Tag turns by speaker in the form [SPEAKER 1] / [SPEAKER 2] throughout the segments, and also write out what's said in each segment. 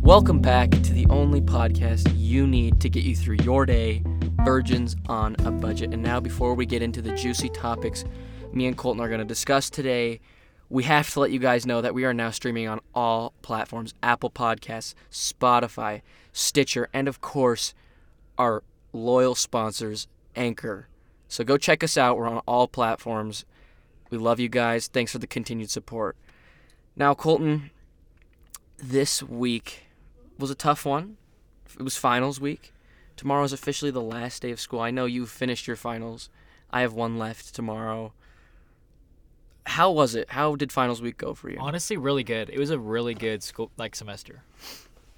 [SPEAKER 1] Welcome back to the only podcast you need to get you through your day, Virgins on a Budget. And now, before we get into the juicy topics me and Colton are going to discuss today, we have to let you guys know that we are now streaming on all platforms Apple Podcasts, Spotify, Stitcher, and of course, our loyal sponsors, Anchor. So go check us out. We're on all platforms. We love you guys. Thanks for the continued support. Now, Colton, this week was a tough one. It was finals week. Tomorrow is officially the last day of school. I know you've finished your finals. I have one left tomorrow. How was it? How did finals week go for you?
[SPEAKER 2] Honestly, really good. It was a really good school like semester.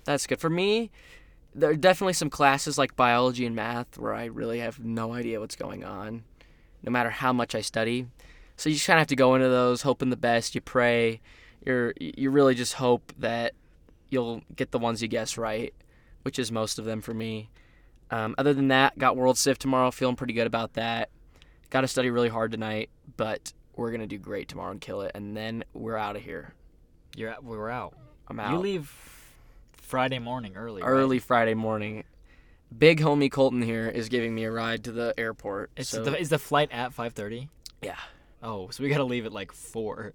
[SPEAKER 1] That's good. For me, there are definitely some classes like biology and math where I really have no idea what's going on, no matter how much I study. So you just kind of have to go into those hoping the best. You pray. You're you really just hope that you'll get the ones you guess right, which is most of them for me. Um, other than that, got World Civ tomorrow. Feeling pretty good about that. Got to study really hard tonight, but we're gonna do great tomorrow and kill it. And then we're out of here.
[SPEAKER 2] You're out, we were out.
[SPEAKER 1] I'm out.
[SPEAKER 2] You leave Friday morning early. right?
[SPEAKER 1] early Friday morning. Big homie Colton here is giving me a ride to the airport.
[SPEAKER 2] It's
[SPEAKER 1] so,
[SPEAKER 2] the, is the flight at five thirty?
[SPEAKER 1] yeah.
[SPEAKER 2] Oh, so we gotta leave at like four.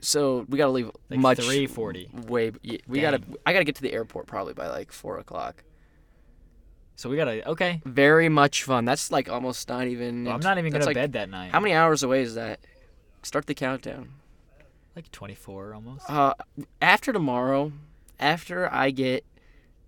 [SPEAKER 1] So we gotta leave
[SPEAKER 2] Like
[SPEAKER 1] much
[SPEAKER 2] 3:40.
[SPEAKER 1] Way yeah, we gotta. I gotta get to the airport probably by like four o'clock.
[SPEAKER 2] So we gotta okay.
[SPEAKER 1] Very much fun. That's like almost not even.
[SPEAKER 2] Well, I'm not even
[SPEAKER 1] that's
[SPEAKER 2] gonna
[SPEAKER 1] like-
[SPEAKER 2] bed that night.
[SPEAKER 1] How many hours away is that? Start the countdown.
[SPEAKER 2] Like twenty four almost.
[SPEAKER 1] Uh, after tomorrow, after I get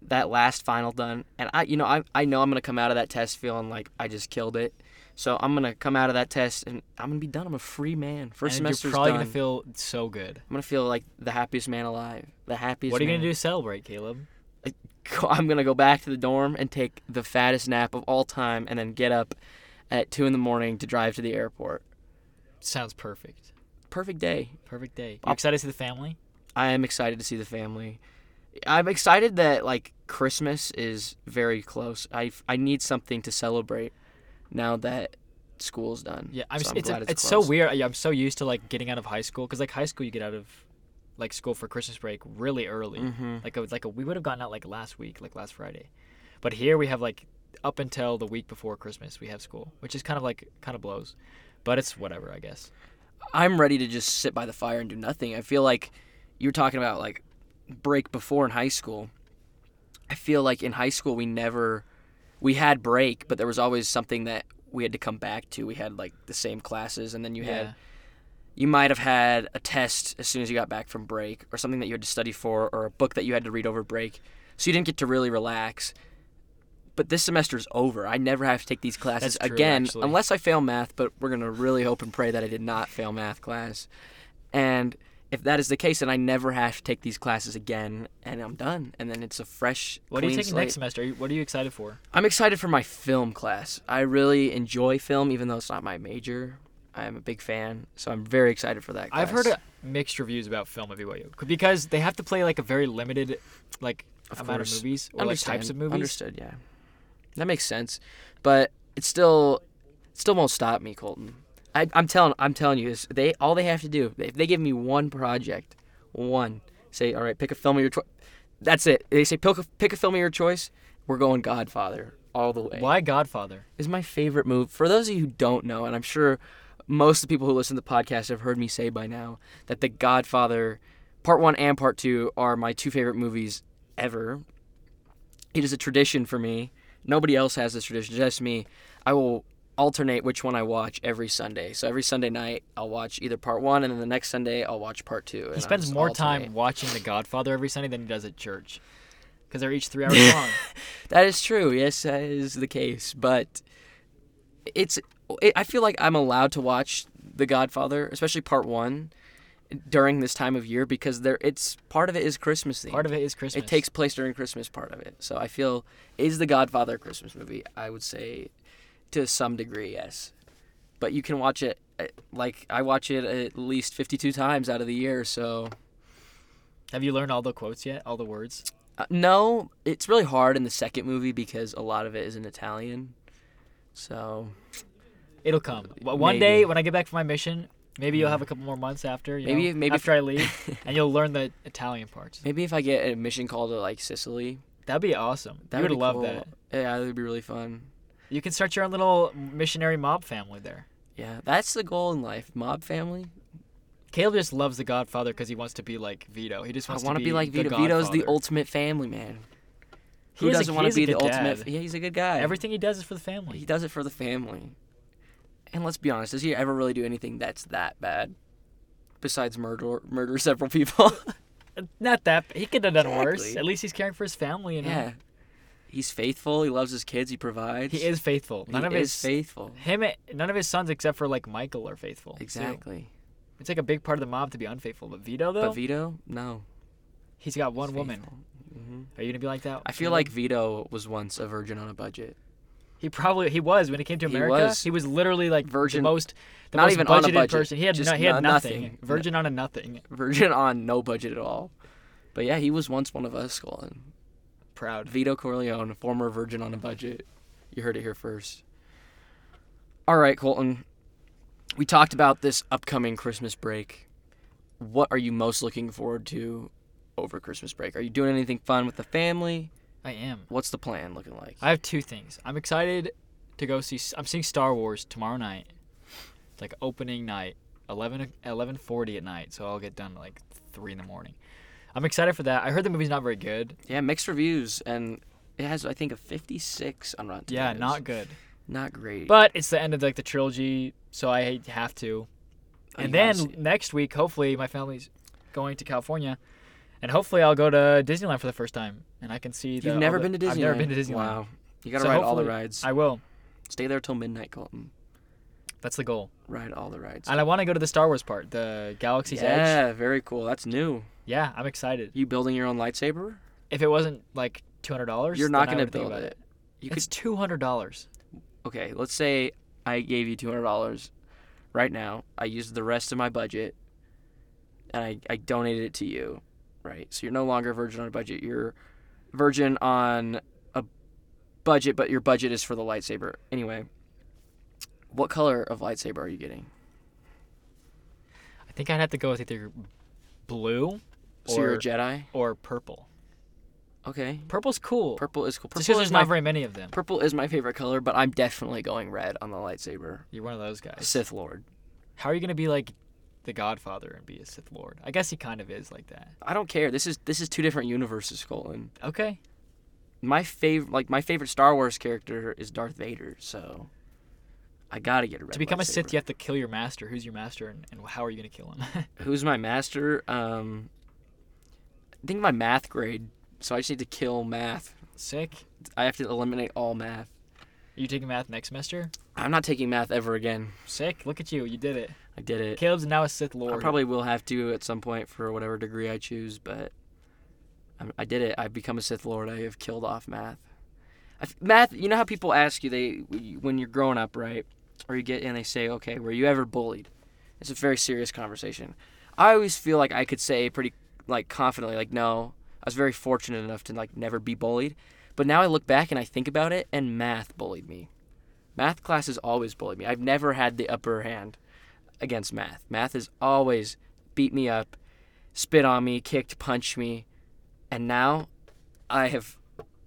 [SPEAKER 1] that last final done, and I, you know, I, I know I'm gonna come out of that test feeling like I just killed it. So I'm gonna come out of that test and I'm gonna be done. I'm a free man. First
[SPEAKER 2] and
[SPEAKER 1] semester's
[SPEAKER 2] you're probably
[SPEAKER 1] done.
[SPEAKER 2] gonna feel so good.
[SPEAKER 1] I'm gonna feel like the happiest man alive. The happiest.
[SPEAKER 2] What are you
[SPEAKER 1] man.
[SPEAKER 2] gonna do to celebrate, Caleb?
[SPEAKER 1] go- I'm gonna go back to the dorm and take the fattest nap of all time, and then get up at two in the morning to drive to the airport.
[SPEAKER 2] Sounds perfect.
[SPEAKER 1] Perfect day.
[SPEAKER 2] Perfect day. You
[SPEAKER 1] I'll-
[SPEAKER 2] excited to see the family?
[SPEAKER 1] I am excited to see the family. I'm excited that like Christmas is very close. I I need something to celebrate now that school's done.
[SPEAKER 2] Yeah, I'm.
[SPEAKER 1] So
[SPEAKER 2] s it's a-
[SPEAKER 1] glad
[SPEAKER 2] it's, so
[SPEAKER 1] close.
[SPEAKER 2] weird. I- I'm so used to like getting out of high school because like high school you get out of like school for Christmas break really early.
[SPEAKER 1] Mhm.
[SPEAKER 2] Like it was like a, we would have gotten out like last week, like last Friday, but here we have like up until the week before Christmas we have school, which is kind of like kind of blows, but it's whatever I guess.
[SPEAKER 1] I'm ready to just sit by the fire and do nothing. I feel like you're talking about like break before in high school. I feel like in high school we never we had break, but there was always something that we had to come back to. We had like the same classes and then you had you might have had a test as soon as you got back from break or something that you had to study for or a book that you had to read over break. So you didn't get to really relax. But this semester's over. I never have to take these classes
[SPEAKER 2] That's true,
[SPEAKER 1] again
[SPEAKER 2] actually.
[SPEAKER 1] unless I fail math, but we're going to really hope and pray that I did not fail math class. And if that is the case, then I never have to take these classes again and I'm done. And then it's a fresh
[SPEAKER 2] What are you
[SPEAKER 1] clean
[SPEAKER 2] taking
[SPEAKER 1] slate.
[SPEAKER 2] next semester? Are you, what are you excited for?
[SPEAKER 1] I'm excited for my film class. I really enjoy film, even though it's not my major. I'm a big fan, so I'm very excited for that. Class.
[SPEAKER 2] I've heard uh mixed reviews about film at BYU c- because they have to play like a very limited like amount
[SPEAKER 1] course.
[SPEAKER 2] of movies or like types of movies.
[SPEAKER 1] Understood, yeah. That makes sense, but it still, it still won't stop me, Colton. I, I'm telling, I'm telling you, this. They all they have to do if they give me one project, one say, all right, pick a film of your choice. That's it. They say pick a, pick a film of your choice. We're going Godfather all the way.
[SPEAKER 2] Why Godfather?
[SPEAKER 1] is my favorite move. For those of you who don't know, and I'm sure most of the people who listen to the podcast have heard me say by now that The Godfather Part 1 and Part 2 are my two favorite movies ever. It is a tradition for me. Nobody else has this tradition, just me. I will alternate which one I watch every Sunday. So every Sunday night, I'll watch either Part 1 and then the next Sunday I'll watch Part 2. and I'll
[SPEAKER 2] He spends
[SPEAKER 1] just
[SPEAKER 2] more
[SPEAKER 1] alternate.
[SPEAKER 2] time watching The Godfather every Sunday than he does at church, because they're each three hours long.
[SPEAKER 1] That is true. Yes, that is the case. But it's. It, I feel like I'm allowed to watch The Godfather, especially Part One, during this time of year because there. It's part of it is Christmas themed.
[SPEAKER 2] Part of it is Christmas.
[SPEAKER 1] It takes place during Christmas. Part of it. So I feel is The Godfather a Christmas movie. I would say, to some degree, yes. But you can watch it. uh, Like I watch it at least 52 times out of the year. So.
[SPEAKER 2] Have you learned all the quotes yet? All the words?
[SPEAKER 1] Uh, no, it's really hard in the second movie because a lot of it is in Italian. So
[SPEAKER 2] It'll come. W- One
[SPEAKER 1] Maybe.
[SPEAKER 2] day when I get back from my mission, Maybe you'll have a couple more months after. You
[SPEAKER 1] Mm. Maybe-
[SPEAKER 2] know,
[SPEAKER 1] maybe-
[SPEAKER 2] after I leave, and you'll learn the Italian parts.
[SPEAKER 1] Maybe if I get an admission call to like Sicily,
[SPEAKER 2] That'd be awesome.
[SPEAKER 1] that
[SPEAKER 2] you would
[SPEAKER 1] be
[SPEAKER 2] love
[SPEAKER 1] cool.
[SPEAKER 2] that.
[SPEAKER 1] Yeah, that would be really fun.
[SPEAKER 2] You can start your own little missionary mob family there.
[SPEAKER 1] Yeah, that's the goal in life. Mob family.
[SPEAKER 2] Caleb just loves The Godfather because he wants to be like Vito. He just
[SPEAKER 1] I
[SPEAKER 2] wants
[SPEAKER 1] want to
[SPEAKER 2] to
[SPEAKER 1] be like
[SPEAKER 2] the
[SPEAKER 1] Vito. Vito's the
[SPEAKER 2] Godfather.
[SPEAKER 1] ultimate family man.
[SPEAKER 2] He
[SPEAKER 1] Who
[SPEAKER 2] is a-
[SPEAKER 1] doesn't
[SPEAKER 2] he
[SPEAKER 1] want to
[SPEAKER 2] is a
[SPEAKER 1] be the
[SPEAKER 2] good
[SPEAKER 1] ultimate?
[SPEAKER 2] dad.
[SPEAKER 1] Yeah, he's a good guy.
[SPEAKER 2] Everything he does is for the
[SPEAKER 1] he
[SPEAKER 2] family.
[SPEAKER 1] does it for the family. And let's be honest, does he ever really do anything that's that bad? Besides murder, murder several people.
[SPEAKER 2] Not that he could have done worse.
[SPEAKER 1] Exactly.
[SPEAKER 2] At least he's caring for his family. You know?
[SPEAKER 1] yeah, he's faithful. He loves his kids. He provides.
[SPEAKER 2] he is faithful.
[SPEAKER 1] He
[SPEAKER 2] None of
[SPEAKER 1] is
[SPEAKER 2] his
[SPEAKER 1] faithful.
[SPEAKER 2] him, none of his sons except for like Michael are faithful. too.
[SPEAKER 1] Exactly.
[SPEAKER 2] It's like a big part of the mob to be unfaithful. But Vito though,
[SPEAKER 1] But Vito, no.
[SPEAKER 2] he's got one woman.
[SPEAKER 1] hmm
[SPEAKER 2] Are you gonna be like that?
[SPEAKER 1] I feel
[SPEAKER 2] Caleb?
[SPEAKER 1] like Vito was once a virgin on a budget.
[SPEAKER 2] he probably he was when he came to
[SPEAKER 1] He
[SPEAKER 2] America. He was,
[SPEAKER 1] was.
[SPEAKER 2] literally like
[SPEAKER 1] Virgin-
[SPEAKER 2] the most the
[SPEAKER 1] not
[SPEAKER 2] most
[SPEAKER 1] even
[SPEAKER 2] budgeted
[SPEAKER 1] on a budget,
[SPEAKER 2] person. He had
[SPEAKER 1] just
[SPEAKER 2] no, he had
[SPEAKER 1] no-
[SPEAKER 2] nothing.
[SPEAKER 1] nothing.
[SPEAKER 2] Virgin on a nothing.
[SPEAKER 1] Virgin on no budget at all. But yeah, he was once one of us, Colin.
[SPEAKER 2] Proud.
[SPEAKER 1] Vito Corleone, former virgin on a budget. You heard it here first. All right, Colton. We talked about this upcoming Christmas break. What are you most looking forward to over Christmas break? Are you doing anything fun with the family?
[SPEAKER 2] I am.
[SPEAKER 1] What's the plan looking like?
[SPEAKER 2] I have two things. I'm excited to go see. I'm seeing Star Wars tomorrow night. It's like opening night, 11 11:40 at night. So I'll get done at like three in the morning. I'm excited for that. I heard the movie's not very good.
[SPEAKER 1] yeah, mixed reviews, and it has I think a 56 on Rotten
[SPEAKER 2] Yeah,
[SPEAKER 1] Tomatoes.
[SPEAKER 2] not good.
[SPEAKER 1] not great.
[SPEAKER 2] But it's the end of like the trilogy, so I have to.
[SPEAKER 1] Oh,
[SPEAKER 2] and
[SPEAKER 1] you gotta
[SPEAKER 2] then
[SPEAKER 1] see
[SPEAKER 2] next week, hopefully, my family's going to California, and hopefully, I'll go to Disneyland for the first time, and I can see.
[SPEAKER 1] you've
[SPEAKER 2] the, all
[SPEAKER 1] never
[SPEAKER 2] the-
[SPEAKER 1] been to Disneyland.
[SPEAKER 2] I've never been to Disneyland.
[SPEAKER 1] Wow, you gotta
[SPEAKER 2] So
[SPEAKER 1] ride all the
[SPEAKER 2] hopefully-
[SPEAKER 1] rides.
[SPEAKER 2] I will.
[SPEAKER 1] Stay there till midnight, Colton.
[SPEAKER 2] That's the goal.
[SPEAKER 1] Ride all the rides.
[SPEAKER 2] And I want to go to the Star Wars part, the Galaxy's Edge.
[SPEAKER 1] yeah, very cool. That's new.
[SPEAKER 2] Yeah, I'm excited.
[SPEAKER 1] You building your own lightsaber?
[SPEAKER 2] If it wasn't like two hundred dollars,
[SPEAKER 1] You're not gonna build it. You could
[SPEAKER 2] It's two hundred dollars.
[SPEAKER 1] okay. Let's say I gave you two hundred dollars right now. I used the rest of my budget, and I, I donated it to you, right? So you're no longer Virgin on a budget. You're Virgin on a budget, but your budget is for the lightsaber. Anyway, what color of lightsaber are you getting?
[SPEAKER 2] I think I'd have to go with either blue,
[SPEAKER 1] So you're a
[SPEAKER 2] Or-
[SPEAKER 1] Jedi.
[SPEAKER 2] or purple.
[SPEAKER 1] Okay.
[SPEAKER 2] Purple's cool.
[SPEAKER 1] Purple is cool.
[SPEAKER 2] It's just
[SPEAKER 1] Purple
[SPEAKER 2] there's
[SPEAKER 1] is my
[SPEAKER 2] not very many of them.
[SPEAKER 1] purple is my favorite color, but I'm definitely going red on the lightsaber.
[SPEAKER 2] You're one of those guys.
[SPEAKER 1] Sith Lord.
[SPEAKER 2] How are you gonna be like the Godfather and be a Sith Lord? I guess he kind of is like that.
[SPEAKER 1] I don't care. This is this is two different universes, Colin.
[SPEAKER 2] Okay.
[SPEAKER 1] My favorite, like my favorite Star Wars character is Darth Vader, so I gotta get a red.
[SPEAKER 2] to become a Sith,
[SPEAKER 1] lightsaber.
[SPEAKER 2] you have to kill your master. Who's your master, and, and how are you gonna kill him?
[SPEAKER 1] Who's my master? Um, I think my math grade. So I just need to kill math.
[SPEAKER 2] Sick.
[SPEAKER 1] I have to eliminate all math.
[SPEAKER 2] Are you taking math next semester?
[SPEAKER 1] I'm not taking math ever again.
[SPEAKER 2] Sick. Look at you. You did it.
[SPEAKER 1] I did it.
[SPEAKER 2] Caleb's now a Sith Lord.
[SPEAKER 1] I probably will have to at some point for whatever degree I choose, but I'm, I did it. I've become a Sith Lord. I have killed off math. I f math, you know how people ask you they when you're growing up, right? Or you get and they say, "Okay, were you ever bullied?" It's a very serious conversation. I always feel like I could say pretty like confidently, like, "No, I was very fortunate enough to like never be bullied." But now I look back and I think about it, and math bullied me. Math class has always bullied me. I've never had the upper hand against math. Math has always beat me up, spit on me, kicked, punched me, and now I have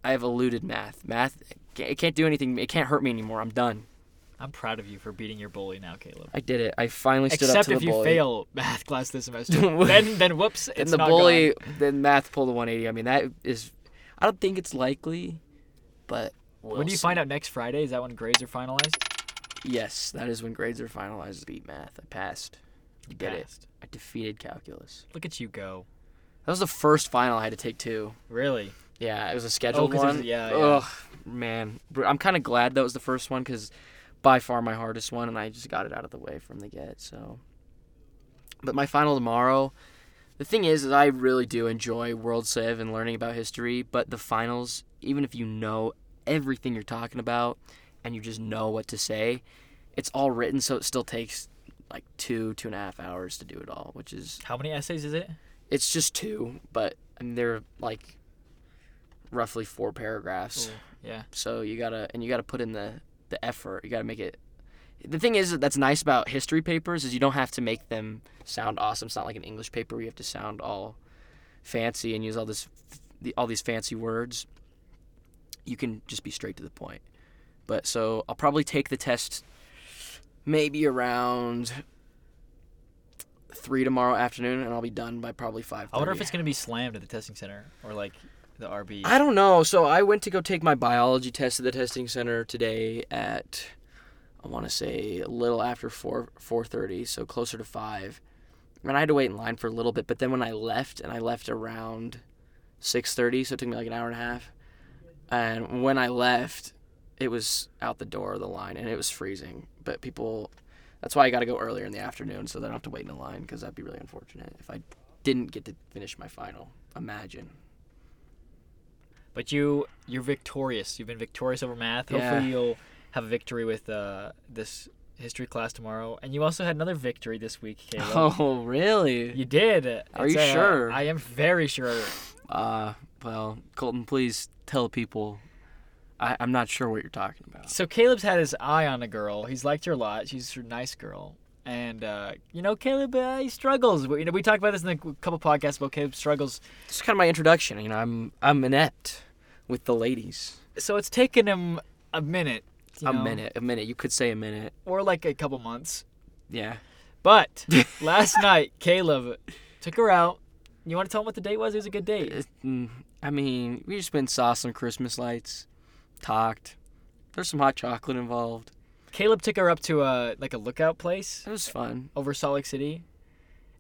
[SPEAKER 1] I have eluded math. Math it can't do anything. It can't hurt me anymore. I'm done.
[SPEAKER 2] I'm proud of you for beating your bully now, Caleb.
[SPEAKER 1] I did it. I finally stood up
[SPEAKER 2] Except
[SPEAKER 1] to the
[SPEAKER 2] if you
[SPEAKER 1] bully.
[SPEAKER 2] fail math class this semester, then then whoops,
[SPEAKER 1] and
[SPEAKER 2] it's
[SPEAKER 1] the
[SPEAKER 2] not
[SPEAKER 1] bully,
[SPEAKER 2] gone.
[SPEAKER 1] then math pulled a 180. I mean, that is I don't think it's likely, but we'll
[SPEAKER 2] When do you
[SPEAKER 1] see.
[SPEAKER 2] find out next Friday? Is that when grades are finalized?
[SPEAKER 1] Yes, that is when grades are finalized. Beat math. I passed. I did it.
[SPEAKER 2] Passed.
[SPEAKER 1] I defeated calculus.
[SPEAKER 2] Look at you go.
[SPEAKER 1] That was the first final I had to take too.
[SPEAKER 2] Really?
[SPEAKER 1] Yeah, it was a scheduled
[SPEAKER 2] Oh, 'cause it was-
[SPEAKER 1] one.
[SPEAKER 2] yeah, yeah.
[SPEAKER 1] Ugh, man. Br- I'm kind of glad that was the first one because by far my hardest one, and I just got it out of the way from the get. So, but my final tomorrow. The thing is, is I really do enjoy World Civ and learning about history, but the finals, even if you know everything you're talking about and you just know what to say, it's all written, so it still takes like two, two and a half hours to do it all, which is
[SPEAKER 2] How many essays is it?
[SPEAKER 1] it's just two, but I mean, they're like roughly four paragraphs.
[SPEAKER 2] Yeah.
[SPEAKER 1] So you gotta and you gotta put in the the effort. You gotta make it. the thing is that's nice about history papers is you don't have to make them sound awesome. It's not like an English paper where you have to sound all fancy and use all this the, all these fancy words. You can just be straight to the point. But so I'll probably take the test maybe around three tomorrow afternoon, and I'll be done by probably five.
[SPEAKER 2] I wonder if it's gonna be slammed at the testing center or like the RB.
[SPEAKER 1] I don't know. So I went to go take my biology test at the testing center today at I want to say a little after four four thirty, so closer to five. And I had to wait in line for a little bit, but then when I left, and I left around six thirty, so it took me like an hour and a half. And when I left, it was out the door of the line, and it was freezing. But people, that's why I got to go earlier in the afternoon, so they don't have to wait in a line, because that'd be really unfortunate if I didn't get to finish my final. Imagine.
[SPEAKER 2] But you you're victorious. You've been victorious over math.
[SPEAKER 1] Yeah.
[SPEAKER 2] Hopefully you'll have a victory with uh, this history class tomorrow. And you also had another victory this week, Caleb.
[SPEAKER 1] Oh, really?
[SPEAKER 2] You did.
[SPEAKER 1] Are you sure?
[SPEAKER 2] I am very sure.
[SPEAKER 1] Uh, well, Colton, please tell people. I, I'm not sure what you're talking about.
[SPEAKER 2] So Caleb's had his eye on a girl. He's liked her a lot. She's a nice girl. And uh, you know, Caleb, uh, he struggles. We, you know, we talked about this in a couple podcasts about Caleb struggles
[SPEAKER 1] This is kind of my introduction. You know, I'm I'm inept with the ladies.
[SPEAKER 2] so it's taken him a minute. you
[SPEAKER 1] a
[SPEAKER 2] know,
[SPEAKER 1] minute, a minute. You could say a minute.
[SPEAKER 2] Or like a couple months.
[SPEAKER 1] Yeah.
[SPEAKER 2] But last night, Caleb took her out. You want to tell him what the date was? It was a good date.
[SPEAKER 1] It- mm, I mean, we just went and saw some Christmas lights, talked. There's some hot chocolate involved.
[SPEAKER 2] Caleb took her up to a like a lookout place
[SPEAKER 1] It was fun,
[SPEAKER 2] over Salt Lake City,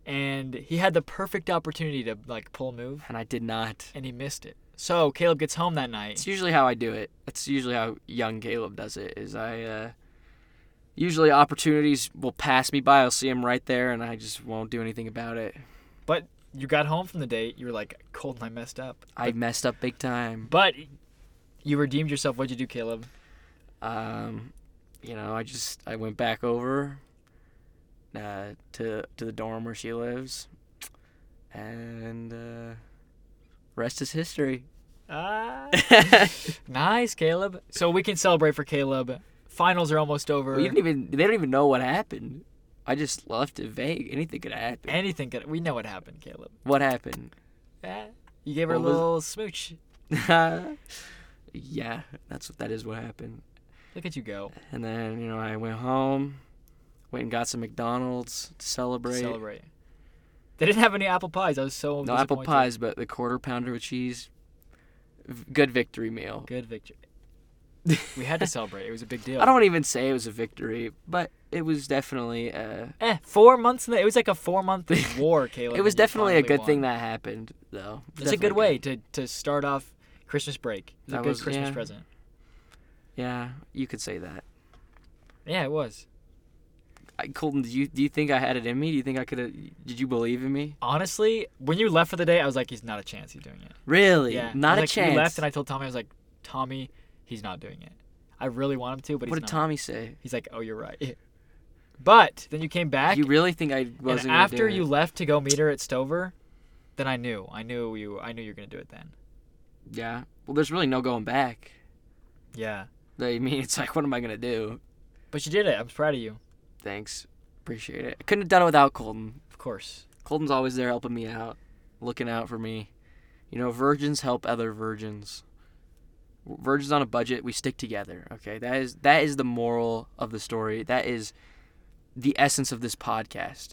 [SPEAKER 2] and he had the perfect opportunity to like pull a move,
[SPEAKER 1] and I did not.
[SPEAKER 2] and he missed it. So Caleb gets home that night.
[SPEAKER 1] It's usually how I do it. That's usually how young Caleb does it. Is I uh, usually opportunities will pass me by. I'll see them right there, and I just won't do anything about it.
[SPEAKER 2] But you got home from the date. You were like, "Colton, I messed up."
[SPEAKER 1] I messed up big time.
[SPEAKER 2] But you redeemed yourself. What'd you do, Caleb?
[SPEAKER 1] um, you know, I just I went back over uh, to to the dorm where she lives, and uh, rest is history.
[SPEAKER 2] Ah. nice, Caleb. So we can celebrate for Caleb. Finals are almost over.
[SPEAKER 1] We didn't even they don't even know what happened. I just left it vague. Anything could happen.
[SPEAKER 2] Anything could. We know what happened, Caleb.
[SPEAKER 1] What happened?
[SPEAKER 2] Eh, you gave her
[SPEAKER 1] What
[SPEAKER 2] a
[SPEAKER 1] was-
[SPEAKER 2] little smooch.
[SPEAKER 1] yeah, that's what that is. What happened?
[SPEAKER 2] Look at you go.
[SPEAKER 1] And then you know I went home, went and got some McDonald's to
[SPEAKER 2] to
[SPEAKER 1] celebrate.
[SPEAKER 2] Celebrate. They didn't have any apple pies. I was so
[SPEAKER 1] No apple
[SPEAKER 2] disappointed.
[SPEAKER 1] pies, but the quarter pounder with cheese. V- Good victory meal.
[SPEAKER 2] Good victory. We had to celebrate. It was a big deal.
[SPEAKER 1] I don't even say it was a victory, but it was definitely uh, a,
[SPEAKER 2] Eh, four months. In the, it was like a four month war, Caleb.
[SPEAKER 1] it was
[SPEAKER 2] and you
[SPEAKER 1] definitely a
[SPEAKER 2] finally
[SPEAKER 1] good thing
[SPEAKER 2] won.
[SPEAKER 1] that happened though.
[SPEAKER 2] It's a
[SPEAKER 1] Definitely
[SPEAKER 2] good way to, to start off Christmas break. It's a
[SPEAKER 1] That
[SPEAKER 2] good
[SPEAKER 1] was-
[SPEAKER 2] Christmas
[SPEAKER 1] yeah.
[SPEAKER 2] present.
[SPEAKER 1] Yeah, you could say that.
[SPEAKER 2] Yeah, it was.
[SPEAKER 1] I, Colton, do you do you think I had it in me? Do you think I could have? Did you believe in me?
[SPEAKER 2] Honestly, when you left for the day, I was like, he's not a chance he's doing it.
[SPEAKER 1] Really?
[SPEAKER 2] Yeah.
[SPEAKER 1] Not
[SPEAKER 2] I
[SPEAKER 1] a
[SPEAKER 2] was like,
[SPEAKER 1] chance.
[SPEAKER 2] You left, and I told Tommy, I was like, Tommy, he's not doing it. I really want him to, but
[SPEAKER 1] what
[SPEAKER 2] he's
[SPEAKER 1] did
[SPEAKER 2] not.
[SPEAKER 1] Tommy say?
[SPEAKER 2] He's like, oh, you're right. But then you came back,
[SPEAKER 1] You really think I wasn't?
[SPEAKER 2] and
[SPEAKER 1] gonna
[SPEAKER 2] after
[SPEAKER 1] do
[SPEAKER 2] you
[SPEAKER 1] it?
[SPEAKER 2] left to go meet her at Stover, then I knew, I knew you, I knew you were gonna do it then.
[SPEAKER 1] yeah. Well, there's really no going back.
[SPEAKER 2] Yeah.
[SPEAKER 1] I mean, it's like, what am I gonna do?
[SPEAKER 2] But you did it. I'm proud of you.
[SPEAKER 1] Thanks, appreciate it. I couldn't have done it without Colton.
[SPEAKER 2] Of course.
[SPEAKER 1] Colton's always there helping me out, looking out for me. You know, virgins help other virgins. Virgins on a budget, we stick together, okay? That is that is the moral of the story. That is the essence of this podcast.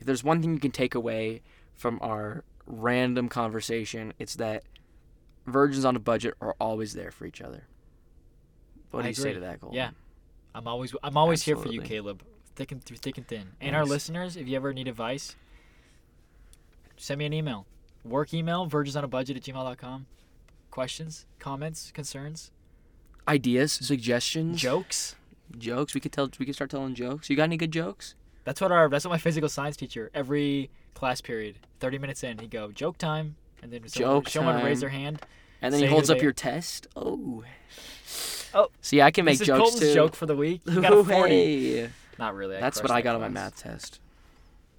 [SPEAKER 1] If there's one thing you can take away from our random conversation, it's that virgins on a budget are always there for each other. What do
[SPEAKER 2] I
[SPEAKER 1] you say to
[SPEAKER 2] agree.
[SPEAKER 1] that, Colton?
[SPEAKER 2] Yeah. I'm always, I'm always here for you,
[SPEAKER 1] Absolutely.
[SPEAKER 2] Caleb. Thick and through thick and thin. And our
[SPEAKER 1] Thanks.
[SPEAKER 2] listeners, if you ever need advice, send me an email. Work email, virginsonabudget at gmail.com. Questions, comments, concerns,
[SPEAKER 1] Ideas, suggestions,
[SPEAKER 2] jokes.
[SPEAKER 1] jokes. We could tell we could start telling jokes. You got any good jokes?
[SPEAKER 2] That's what our that's what my physical science teacher every class period, thirty minutes in, he go joke time, and then someone,
[SPEAKER 1] Joke
[SPEAKER 2] someone
[SPEAKER 1] time.
[SPEAKER 2] raise their hand.
[SPEAKER 1] And then
[SPEAKER 2] Say
[SPEAKER 1] he holds
[SPEAKER 2] who
[SPEAKER 1] up
[SPEAKER 2] they-
[SPEAKER 1] your test. Oh.
[SPEAKER 2] Oh.
[SPEAKER 1] See, I can make
[SPEAKER 2] this is
[SPEAKER 1] jokes
[SPEAKER 2] Colton's
[SPEAKER 1] too.
[SPEAKER 2] joke for the week. He got a forty.
[SPEAKER 1] Hey.
[SPEAKER 2] Not really. I
[SPEAKER 1] That's what
[SPEAKER 2] crushed
[SPEAKER 1] I
[SPEAKER 2] that
[SPEAKER 1] got on my
[SPEAKER 2] class.
[SPEAKER 1] math test.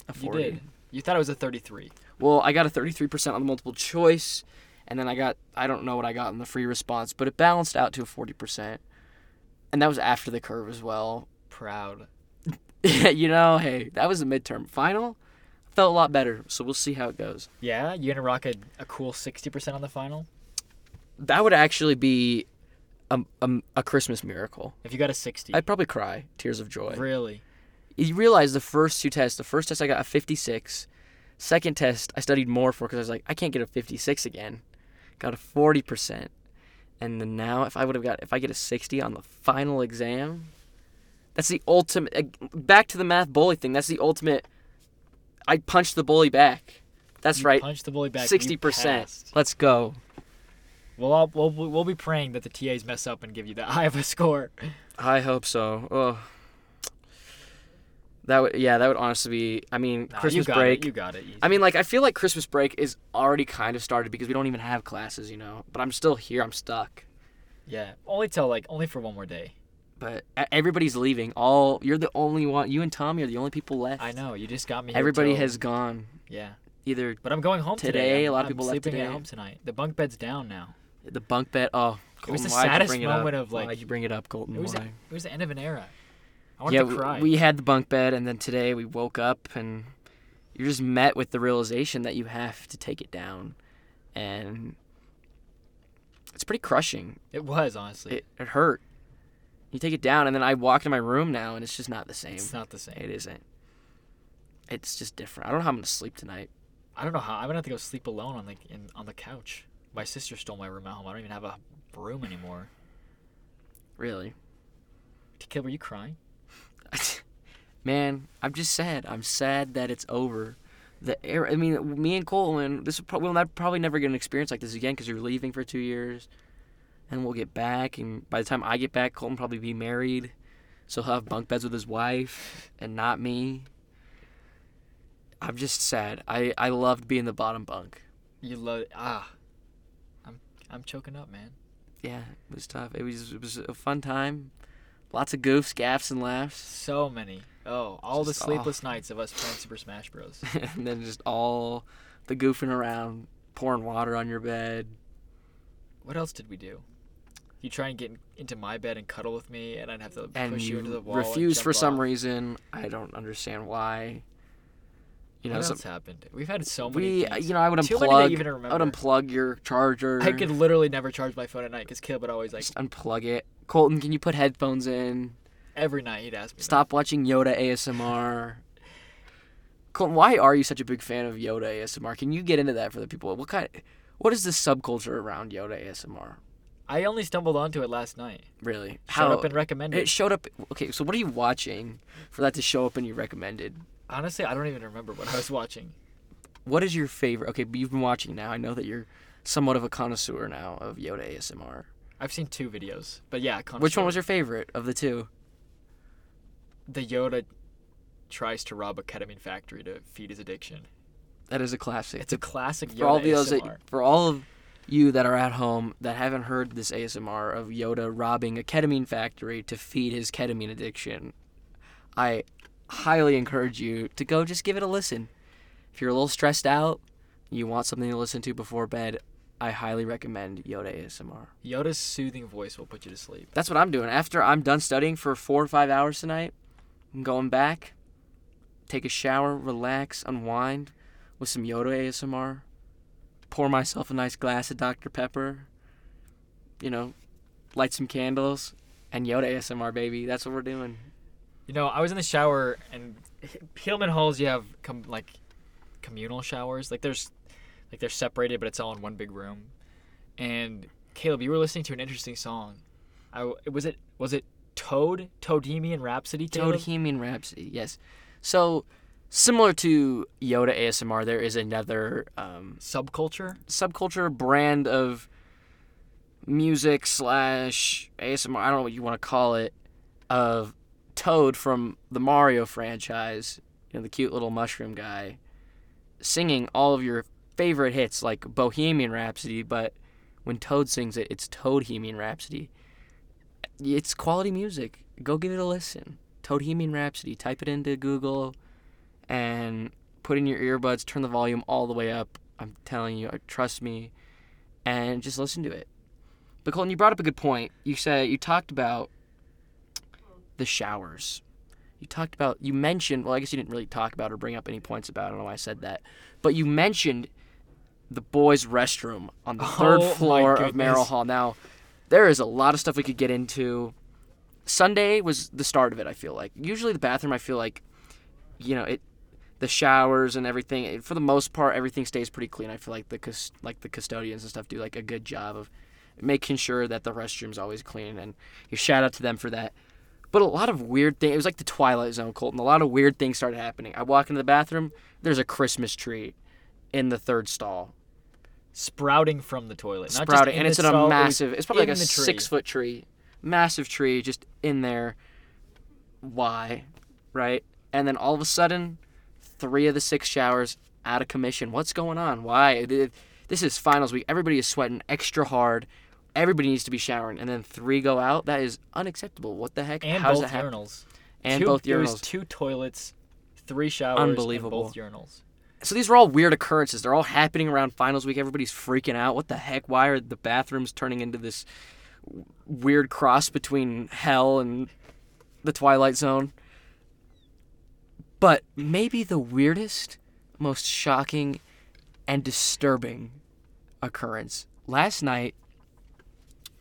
[SPEAKER 1] A
[SPEAKER 2] You
[SPEAKER 1] 40.
[SPEAKER 2] did. You thought it was a thirty-three.
[SPEAKER 1] Well, I got a 33% on the multiple choice, and then I got I don't know what I got in the free response, but it balanced out to a 40%. And that was after the curve as well.
[SPEAKER 2] proud.
[SPEAKER 1] you know, hey, that was the midterm final. Felt a lot better, so we'll see how it goes.
[SPEAKER 2] Yeah, you're gonna rock a, a cool sixty percent on the final.
[SPEAKER 1] That would actually be a, a, a Christmas miracle.
[SPEAKER 2] If you got a sixty,
[SPEAKER 1] I'd probably cry tears of joy.
[SPEAKER 2] really,
[SPEAKER 1] You realize the first two tests, the first test I got a 56, second test I studied more for because I was like, I can't get a 56 again. Got a 40%. And then now if I would have got, if I get a 60 on the final exam, that's the ultimate, ag- back to the math bully thing, that's the ultimate, I punched the bully back. That's
[SPEAKER 2] you
[SPEAKER 1] right,
[SPEAKER 2] Punch the bully back. and you
[SPEAKER 1] 60%.
[SPEAKER 2] passed.
[SPEAKER 1] Let's go.
[SPEAKER 2] We'll, all, we'll we'll be praying that the TAs mess up and give you that high of a score.
[SPEAKER 1] I hope so. Oh. That would, yeah, that would honestly be, I mean,
[SPEAKER 2] Nah, you
[SPEAKER 1] Christmas
[SPEAKER 2] got
[SPEAKER 1] break.
[SPEAKER 2] It, you got it. easy.
[SPEAKER 1] I mean, like, I feel like Christmas break is already kind of started because we don't even have classes, you know. But I'm still here. I'm stuck.
[SPEAKER 2] yeah. Only till like only for one more day.
[SPEAKER 1] But e- everybody's leaving. All you're the only one. You and Tommy are the only people left.
[SPEAKER 2] I know. You just got me. Here
[SPEAKER 1] Everybody
[SPEAKER 2] till-
[SPEAKER 1] has gone.
[SPEAKER 2] Yeah.
[SPEAKER 1] Either
[SPEAKER 2] But I'm going home today.
[SPEAKER 1] Today, a
[SPEAKER 2] I'm-
[SPEAKER 1] lot of
[SPEAKER 2] I'm
[SPEAKER 1] people left
[SPEAKER 2] sleeping
[SPEAKER 1] today.
[SPEAKER 2] at home tonight. The bunk bed's down now.
[SPEAKER 1] the bunk bed. Oh, Colton,
[SPEAKER 2] was the
[SPEAKER 1] why'd you
[SPEAKER 2] saddest
[SPEAKER 1] bring it
[SPEAKER 2] moment
[SPEAKER 1] up?
[SPEAKER 2] of, like-
[SPEAKER 1] Why'd you bring it up, Colton?
[SPEAKER 2] It was
[SPEAKER 1] Why?
[SPEAKER 2] it was the end of an era. I wanted
[SPEAKER 1] yeah,
[SPEAKER 2] to
[SPEAKER 1] we-
[SPEAKER 2] cry.
[SPEAKER 1] we had the bunk bed, and then today we woke up, and you're just met with the realization that you have to take it down, and it's pretty crushing.
[SPEAKER 2] it was honestly.
[SPEAKER 1] it, it hurt. You take it down, and then I walk to my room now, and it's just not the same.
[SPEAKER 2] it's not the same.
[SPEAKER 1] It isn't. It's just different. I don't know how I'm gonna sleep tonight.
[SPEAKER 2] I don't know how. I'm gonna have to go sleep alone on like in, on the couch. My sister stole my room at home. I don't even have a room anymore.
[SPEAKER 1] Really,
[SPEAKER 2] Kill, were you crying?
[SPEAKER 1] man. I'm just sad. I'm sad that it's over. The era. I mean, me and Colin. This is prob- we're not, probably never gonna experience like this again because you're leaving for two years, and we'll get back. And by the time I get back, Colton will probably be married, so he'll have bunk beds with his wife and not me. I'm just sad. I I loved being the bottom bunk.
[SPEAKER 2] You love ah. I'm I'm choking up, man.
[SPEAKER 1] yeah, it was tough. It was it was a fun time. Lots of goofs, gaffs, and laughs,
[SPEAKER 2] So many. Oh, all
[SPEAKER 1] Just,
[SPEAKER 2] the
[SPEAKER 1] ah.
[SPEAKER 2] sleepless nights of us playing Super Smash Bros.
[SPEAKER 1] and then just all the goofing around, pouring water on your bed.
[SPEAKER 2] What else did we do? You try and get in- into my bed and cuddle with me, and I'd have to
[SPEAKER 1] And
[SPEAKER 2] push you,
[SPEAKER 1] you
[SPEAKER 2] into the wall. and
[SPEAKER 1] refuse for
[SPEAKER 2] jump
[SPEAKER 1] some
[SPEAKER 2] off.
[SPEAKER 1] reason. I don't understand why. You know,
[SPEAKER 2] what
[SPEAKER 1] so
[SPEAKER 2] else happened? We've had so many.
[SPEAKER 1] we, uh,
[SPEAKER 2] things.
[SPEAKER 1] you know, I would
[SPEAKER 2] Too many to
[SPEAKER 1] unplug.
[SPEAKER 2] even
[SPEAKER 1] I would
[SPEAKER 2] remember.
[SPEAKER 1] unplug your charger.
[SPEAKER 2] I could literally never charge my phone at night because Caleb would always like
[SPEAKER 1] just unplug it. Colton, can you put headphones in?
[SPEAKER 2] every night he'd ask me.
[SPEAKER 1] Stop watching Yoda ASMR. Colton, why are you such a big fan of Yoda ASMR? Can you get into that for the people? What kind? What is the subculture around Yoda ASMR?
[SPEAKER 2] I only stumbled onto it last night.
[SPEAKER 1] Really?
[SPEAKER 2] Showed up and recommended.
[SPEAKER 1] it showed up. Okay, so what are you watching for that to show up in your recommended?
[SPEAKER 2] Honestly, I don't even remember what I was watching.
[SPEAKER 1] What is your favorite? Okay, but you've been watching now. I know that you're somewhat of a connoisseur now of Yoda ASMR.
[SPEAKER 2] I've seen two videos, but yeah. Connoisseur.
[SPEAKER 1] Which one was your favorite of the two?
[SPEAKER 2] the Yoda tries to rob a ketamine factory to feed his addiction?
[SPEAKER 1] That is a classic.
[SPEAKER 2] It's a classic Yoda
[SPEAKER 1] for all of those
[SPEAKER 2] ASMR.
[SPEAKER 1] that for all of you that are at home that haven't heard this ASMR of Yoda robbing a ketamine factory to feed his ketamine addiction, I highly encourage you to go just give it a listen. If you're a little stressed out, you want something to listen to before bed, I highly recommend Yoda ASMR.
[SPEAKER 2] Yoda's soothing voice will put you to sleep.
[SPEAKER 1] That's what I'm doing. After I'm done studying for four or five hours tonight, I'm going back, take a shower, relax, unwind with some Yoda ASMR, pour myself a nice glass of Dr. Pepper, you know, light some candles, and Yoda ASMR, baby. That's what we're doing.
[SPEAKER 2] You know, I was in the shower, and H- Hillman Halls, you have com- like communal showers. Like there's, like they're separated, but it's all in one big room. And Caleb, you were listening to an interesting song. I w- was it was it Toad Toademian Rhapsody. Caleb?
[SPEAKER 1] Bohemian Rhapsody, yes. So, similar to Yoda ASMR, there is another um,
[SPEAKER 2] subculture.
[SPEAKER 1] subculture brand of music slash ASMR. I don't know what you want to call it. Of Toad from the Mario franchise, you know, the cute little mushroom guy, singing all of your favorite hits like Bohemian Rhapsody. But when Toad sings it, it's Toadhemian Rhapsody. It's quality music. Go give it a listen. Toadhemian Rhapsody. Type it into Google, and put in your earbuds, turn the volume all the way up. I'm telling you, trust me, and just listen to it. But Colton, you brought up a good point. You said you talked about the showers. You talked about you mentioned well, I guess you didn't really talk about or bring up any points about. it. I don't know why I said that, but you mentioned the boys' restroom on the third
[SPEAKER 2] Oh, my
[SPEAKER 1] floor of Merrill
[SPEAKER 2] goodness.
[SPEAKER 1] Hall. Now, there is a lot of stuff we could get into. Sunday was the start of it. I feel like usually the bathroom. I feel like, you know, it, the showers and everything. it- for the most part, everything stays pretty clean. I feel like the cus- like the custodians and stuff do like a good job of making sure that the restroom's always clean. And you shout out to them for that. But a lot of weird things. It was like the Twilight Zone, Colton. A lot of weird things started happening. I walk into the bathroom. There's a Christmas tree in the third stall
[SPEAKER 2] sprouting from the toilet. Not just
[SPEAKER 1] sprouting,
[SPEAKER 2] in
[SPEAKER 1] and
[SPEAKER 2] the
[SPEAKER 1] it's in
[SPEAKER 2] stall, it
[SPEAKER 1] a
[SPEAKER 2] was
[SPEAKER 1] massive. It's probably
[SPEAKER 2] in
[SPEAKER 1] like a
[SPEAKER 2] the tree.
[SPEAKER 1] six foot tree, massive tree, just in there. Why, right? And then all of a sudden, three of the six showers out of commission. What's going on? Why? Th- This is finals week. Everybody is sweating extra hard. Everybody needs to be showering, and then three go out. That is unacceptable. What the heck?
[SPEAKER 2] and
[SPEAKER 1] How's
[SPEAKER 2] both
[SPEAKER 1] that happen?
[SPEAKER 2] urinals.
[SPEAKER 1] And
[SPEAKER 2] two,
[SPEAKER 1] both
[SPEAKER 2] There was
[SPEAKER 1] urinals.
[SPEAKER 2] two toilets, three showers,
[SPEAKER 1] Unbelievable.
[SPEAKER 2] and both urinals.
[SPEAKER 1] So these are all weird occurrences. They're all happening around finals week. Everybody's freaking out. What the heck? Why are the bathrooms turning into this w- weird cross between hell and the Twilight Zone? But maybe the weirdest, most shocking, and disturbing occurrence. Last night,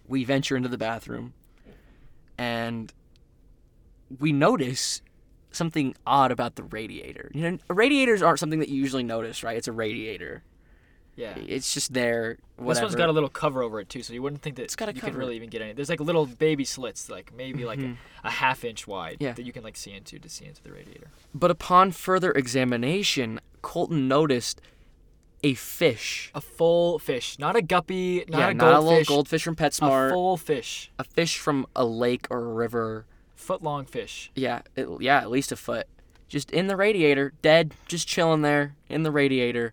[SPEAKER 1] we venture into the bathroom and we notice something odd about the radiator. You know, radiators aren't something that you usually notice, right? It's a radiator.
[SPEAKER 2] Yeah.
[SPEAKER 1] It's just there. Whatever.
[SPEAKER 2] This one's got a little cover over it too, so you wouldn't think that
[SPEAKER 1] It's got a
[SPEAKER 2] you could
[SPEAKER 1] cover.
[SPEAKER 2] really even get any. There's like little baby slits, like maybe like a, a half inch wide,
[SPEAKER 1] Mm-hmm. Yeah.
[SPEAKER 2] that you can like see into to see into the radiator.
[SPEAKER 1] But upon further examination, Colton noticed a fish.
[SPEAKER 2] A full fish, not a guppy, not
[SPEAKER 1] yeah,
[SPEAKER 2] a
[SPEAKER 1] not a little
[SPEAKER 2] goldfish,
[SPEAKER 1] goldfish from
[SPEAKER 2] a
[SPEAKER 1] PetSmart. A,
[SPEAKER 2] full fish,
[SPEAKER 1] fish from a lake or a river.
[SPEAKER 2] foot long fish.
[SPEAKER 1] Yeah, it, yeah, at least a foot. Just in the radiator, dead, just chilling there in the radiator.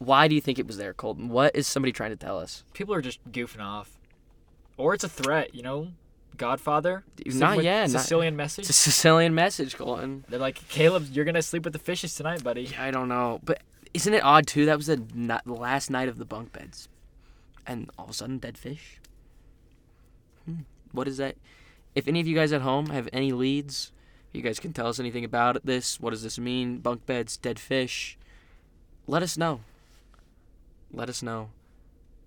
[SPEAKER 1] Why do you think it was there, Colton? What is somebody trying to tell us?
[SPEAKER 2] People are just goofing off, or it's a threat, you know. Godfather,
[SPEAKER 1] Dude,
[SPEAKER 2] Sig
[SPEAKER 1] not
[SPEAKER 2] with
[SPEAKER 1] yet, not-
[SPEAKER 2] Sicilian message.
[SPEAKER 1] It's a Sicilian message, Colton.
[SPEAKER 2] They're like, Caleb, you're gonna sleep with the fishes tonight, buddy.
[SPEAKER 1] Yeah, I don't know, but isn't it odd too? That was the not, the last night of the bunk beds, and all of a sudden, dead fish. Hmm. What is that? If any of you guys at home have any leads, you guys can tell us anything about this. What does this mean? Bunk beds, dead fish. Let us know. Let us know.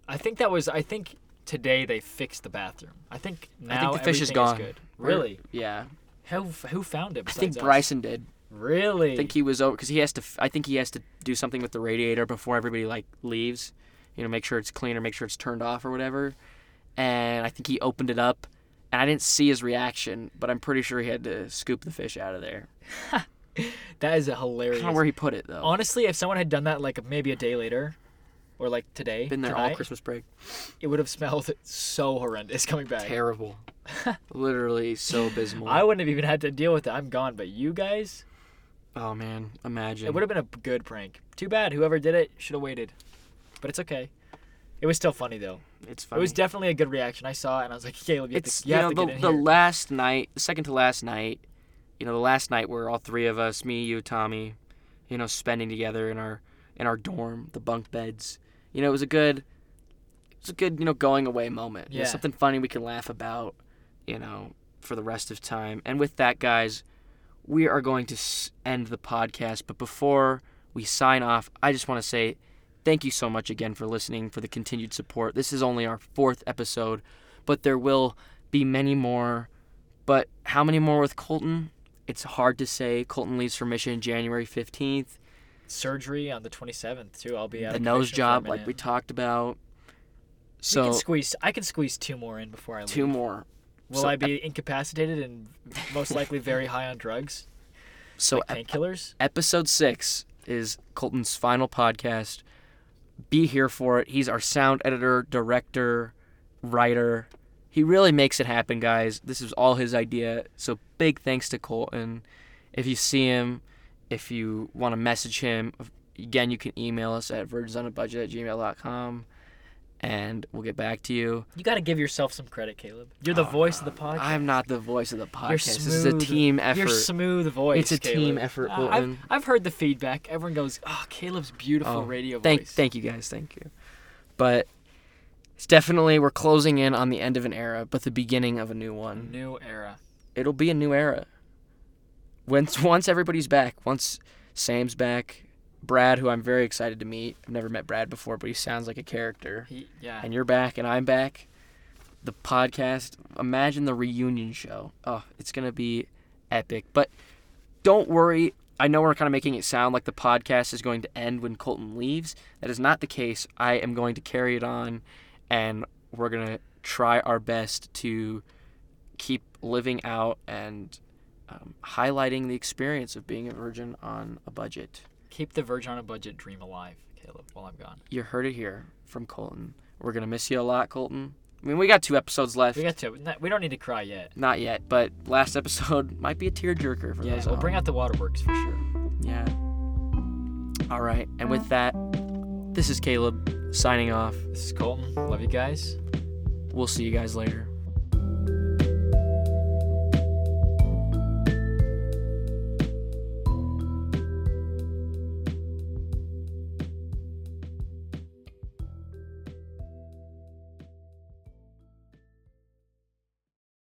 [SPEAKER 2] I think that was. I think today they fixed the bathroom. I think now
[SPEAKER 1] the fish is
[SPEAKER 2] everything
[SPEAKER 1] gone.
[SPEAKER 2] good. Really?
[SPEAKER 1] Yeah,
[SPEAKER 2] Who who found it?
[SPEAKER 1] I think
[SPEAKER 2] besides us?
[SPEAKER 1] Bryson did.
[SPEAKER 2] Really?
[SPEAKER 1] I think he was over because he has to. f- I think he has to do something with the radiator before everybody like leaves. You know, make sure it's clean or make sure it's turned off or whatever. And I think he opened it up, and I didn't see his reaction, but I'm pretty sure he had to scoop the fish out of there.
[SPEAKER 2] that is a
[SPEAKER 1] I
[SPEAKER 2] hilarious.
[SPEAKER 1] don't know where he put it though.
[SPEAKER 2] Honestly, if someone had done that like maybe a day later, or like today,
[SPEAKER 1] Been there all
[SPEAKER 2] tonight,
[SPEAKER 1] Christmas break.
[SPEAKER 2] it would have smelled so horrendous coming back.
[SPEAKER 1] Terrible. Literally so abysmal.
[SPEAKER 2] I wouldn't have even had to deal with it. I'm gone. But you guys,
[SPEAKER 1] oh man,
[SPEAKER 2] it
[SPEAKER 1] imagine.
[SPEAKER 2] would have been a good prank. Too bad whoever did it should have waited. But it's okay. It was still funny though.
[SPEAKER 1] It's
[SPEAKER 2] It
[SPEAKER 1] funny.
[SPEAKER 2] was definitely a good reaction. I saw it and I was like, Caleb, you have
[SPEAKER 1] it's
[SPEAKER 2] to, you
[SPEAKER 1] you know
[SPEAKER 2] have to
[SPEAKER 1] the,
[SPEAKER 2] get in
[SPEAKER 1] the
[SPEAKER 2] here.
[SPEAKER 1] last night, the second to last night, you know the last night where all three of us, me, you, Tommy, you know, spending together in our in our dorm, the bunk beds. You know, it was a good, it was a good you know going away moment. You know,
[SPEAKER 2] Yeah.
[SPEAKER 1] something funny we can laugh about. You know, for the rest of time. And with that, guys, we are going to s- end the podcast. But before we sign off, I just want to say thank you so much again for listening, for the continued support. This is only our fourth episode, but there will be many more. But how many more with Colton? It's hard to say. Colton leaves for mission January 15th.
[SPEAKER 2] surgery on the 27th too. I'll be out.
[SPEAKER 1] the
[SPEAKER 2] of
[SPEAKER 1] nose
[SPEAKER 2] commission for a
[SPEAKER 1] job, like
[SPEAKER 2] minute.
[SPEAKER 1] we talked about.
[SPEAKER 2] We
[SPEAKER 1] So,
[SPEAKER 2] can squeeze. I can squeeze two more in before I leave.
[SPEAKER 1] two more.
[SPEAKER 2] Will
[SPEAKER 1] so-
[SPEAKER 2] I be incapacitated and most likely very high on drugs,
[SPEAKER 1] So,
[SPEAKER 2] like painkillers?
[SPEAKER 1] episode six is Colton's final podcast. Be here for it. He's our sound editor, director, writer. He really makes it happen, guys. This is all his idea. So big thanks to Colton. If you see him, if you want to message him, again, you can email us at virginsonabudget at gmail.com and we'll get back to you.
[SPEAKER 2] You got to give yourself some credit, Caleb. You're
[SPEAKER 1] Oh,
[SPEAKER 2] the voice of the podcast.
[SPEAKER 1] I'm not the voice of the
[SPEAKER 2] You're
[SPEAKER 1] podcast. This
[SPEAKER 2] smooth.
[SPEAKER 1] is a team effort.
[SPEAKER 2] Your smooth voice.
[SPEAKER 1] It's a team
[SPEAKER 2] Caleb.
[SPEAKER 1] effort,
[SPEAKER 2] Uh, I've,
[SPEAKER 1] Bolton.
[SPEAKER 2] I've heard the feedback. Everyone goes, "Oh, Caleb's beautiful
[SPEAKER 1] Oh,
[SPEAKER 2] radio
[SPEAKER 1] thank,
[SPEAKER 2] voice."
[SPEAKER 1] Thank you guys. Thank you. But it's definitely we're closing in on the end of an era, but the beginning of a new one.
[SPEAKER 2] New era.
[SPEAKER 1] It'll be a new era. once once everybody's back, once Sam's back, Brad, who I'm very excited to meet. I've never met Brad before, but he sounds like a character.
[SPEAKER 2] He, yeah.
[SPEAKER 1] And you're back, and I'm back. The podcast. Imagine the reunion show. Oh, it's gonna be epic. But don't worry. I know we're kind of making it sound like the podcast is going to end when Colton leaves. That is not the case. I am going to carry it on, and we're gonna try our best to keep living out and um, highlighting the experience of being a virgin on a budget.
[SPEAKER 2] Keep the Virgin on a Budget dream alive, Caleb, while I'm gone.
[SPEAKER 1] You heard it here from Colton. We're gonna miss you a lot, Colton. I mean, we got two episodes left.
[SPEAKER 2] We got to. no, We don't need to cry yet.
[SPEAKER 1] Not yet, but last episode might be a tearjerker for
[SPEAKER 2] Yeah,
[SPEAKER 1] those.
[SPEAKER 2] we'll
[SPEAKER 1] at
[SPEAKER 2] bring out the waterworks for sure.
[SPEAKER 1] home. Yeah. All right, and with
[SPEAKER 2] Uh.
[SPEAKER 1] that, this is Caleb signing off.
[SPEAKER 2] This is Colton. Love you guys.
[SPEAKER 1] We'll see you guys later.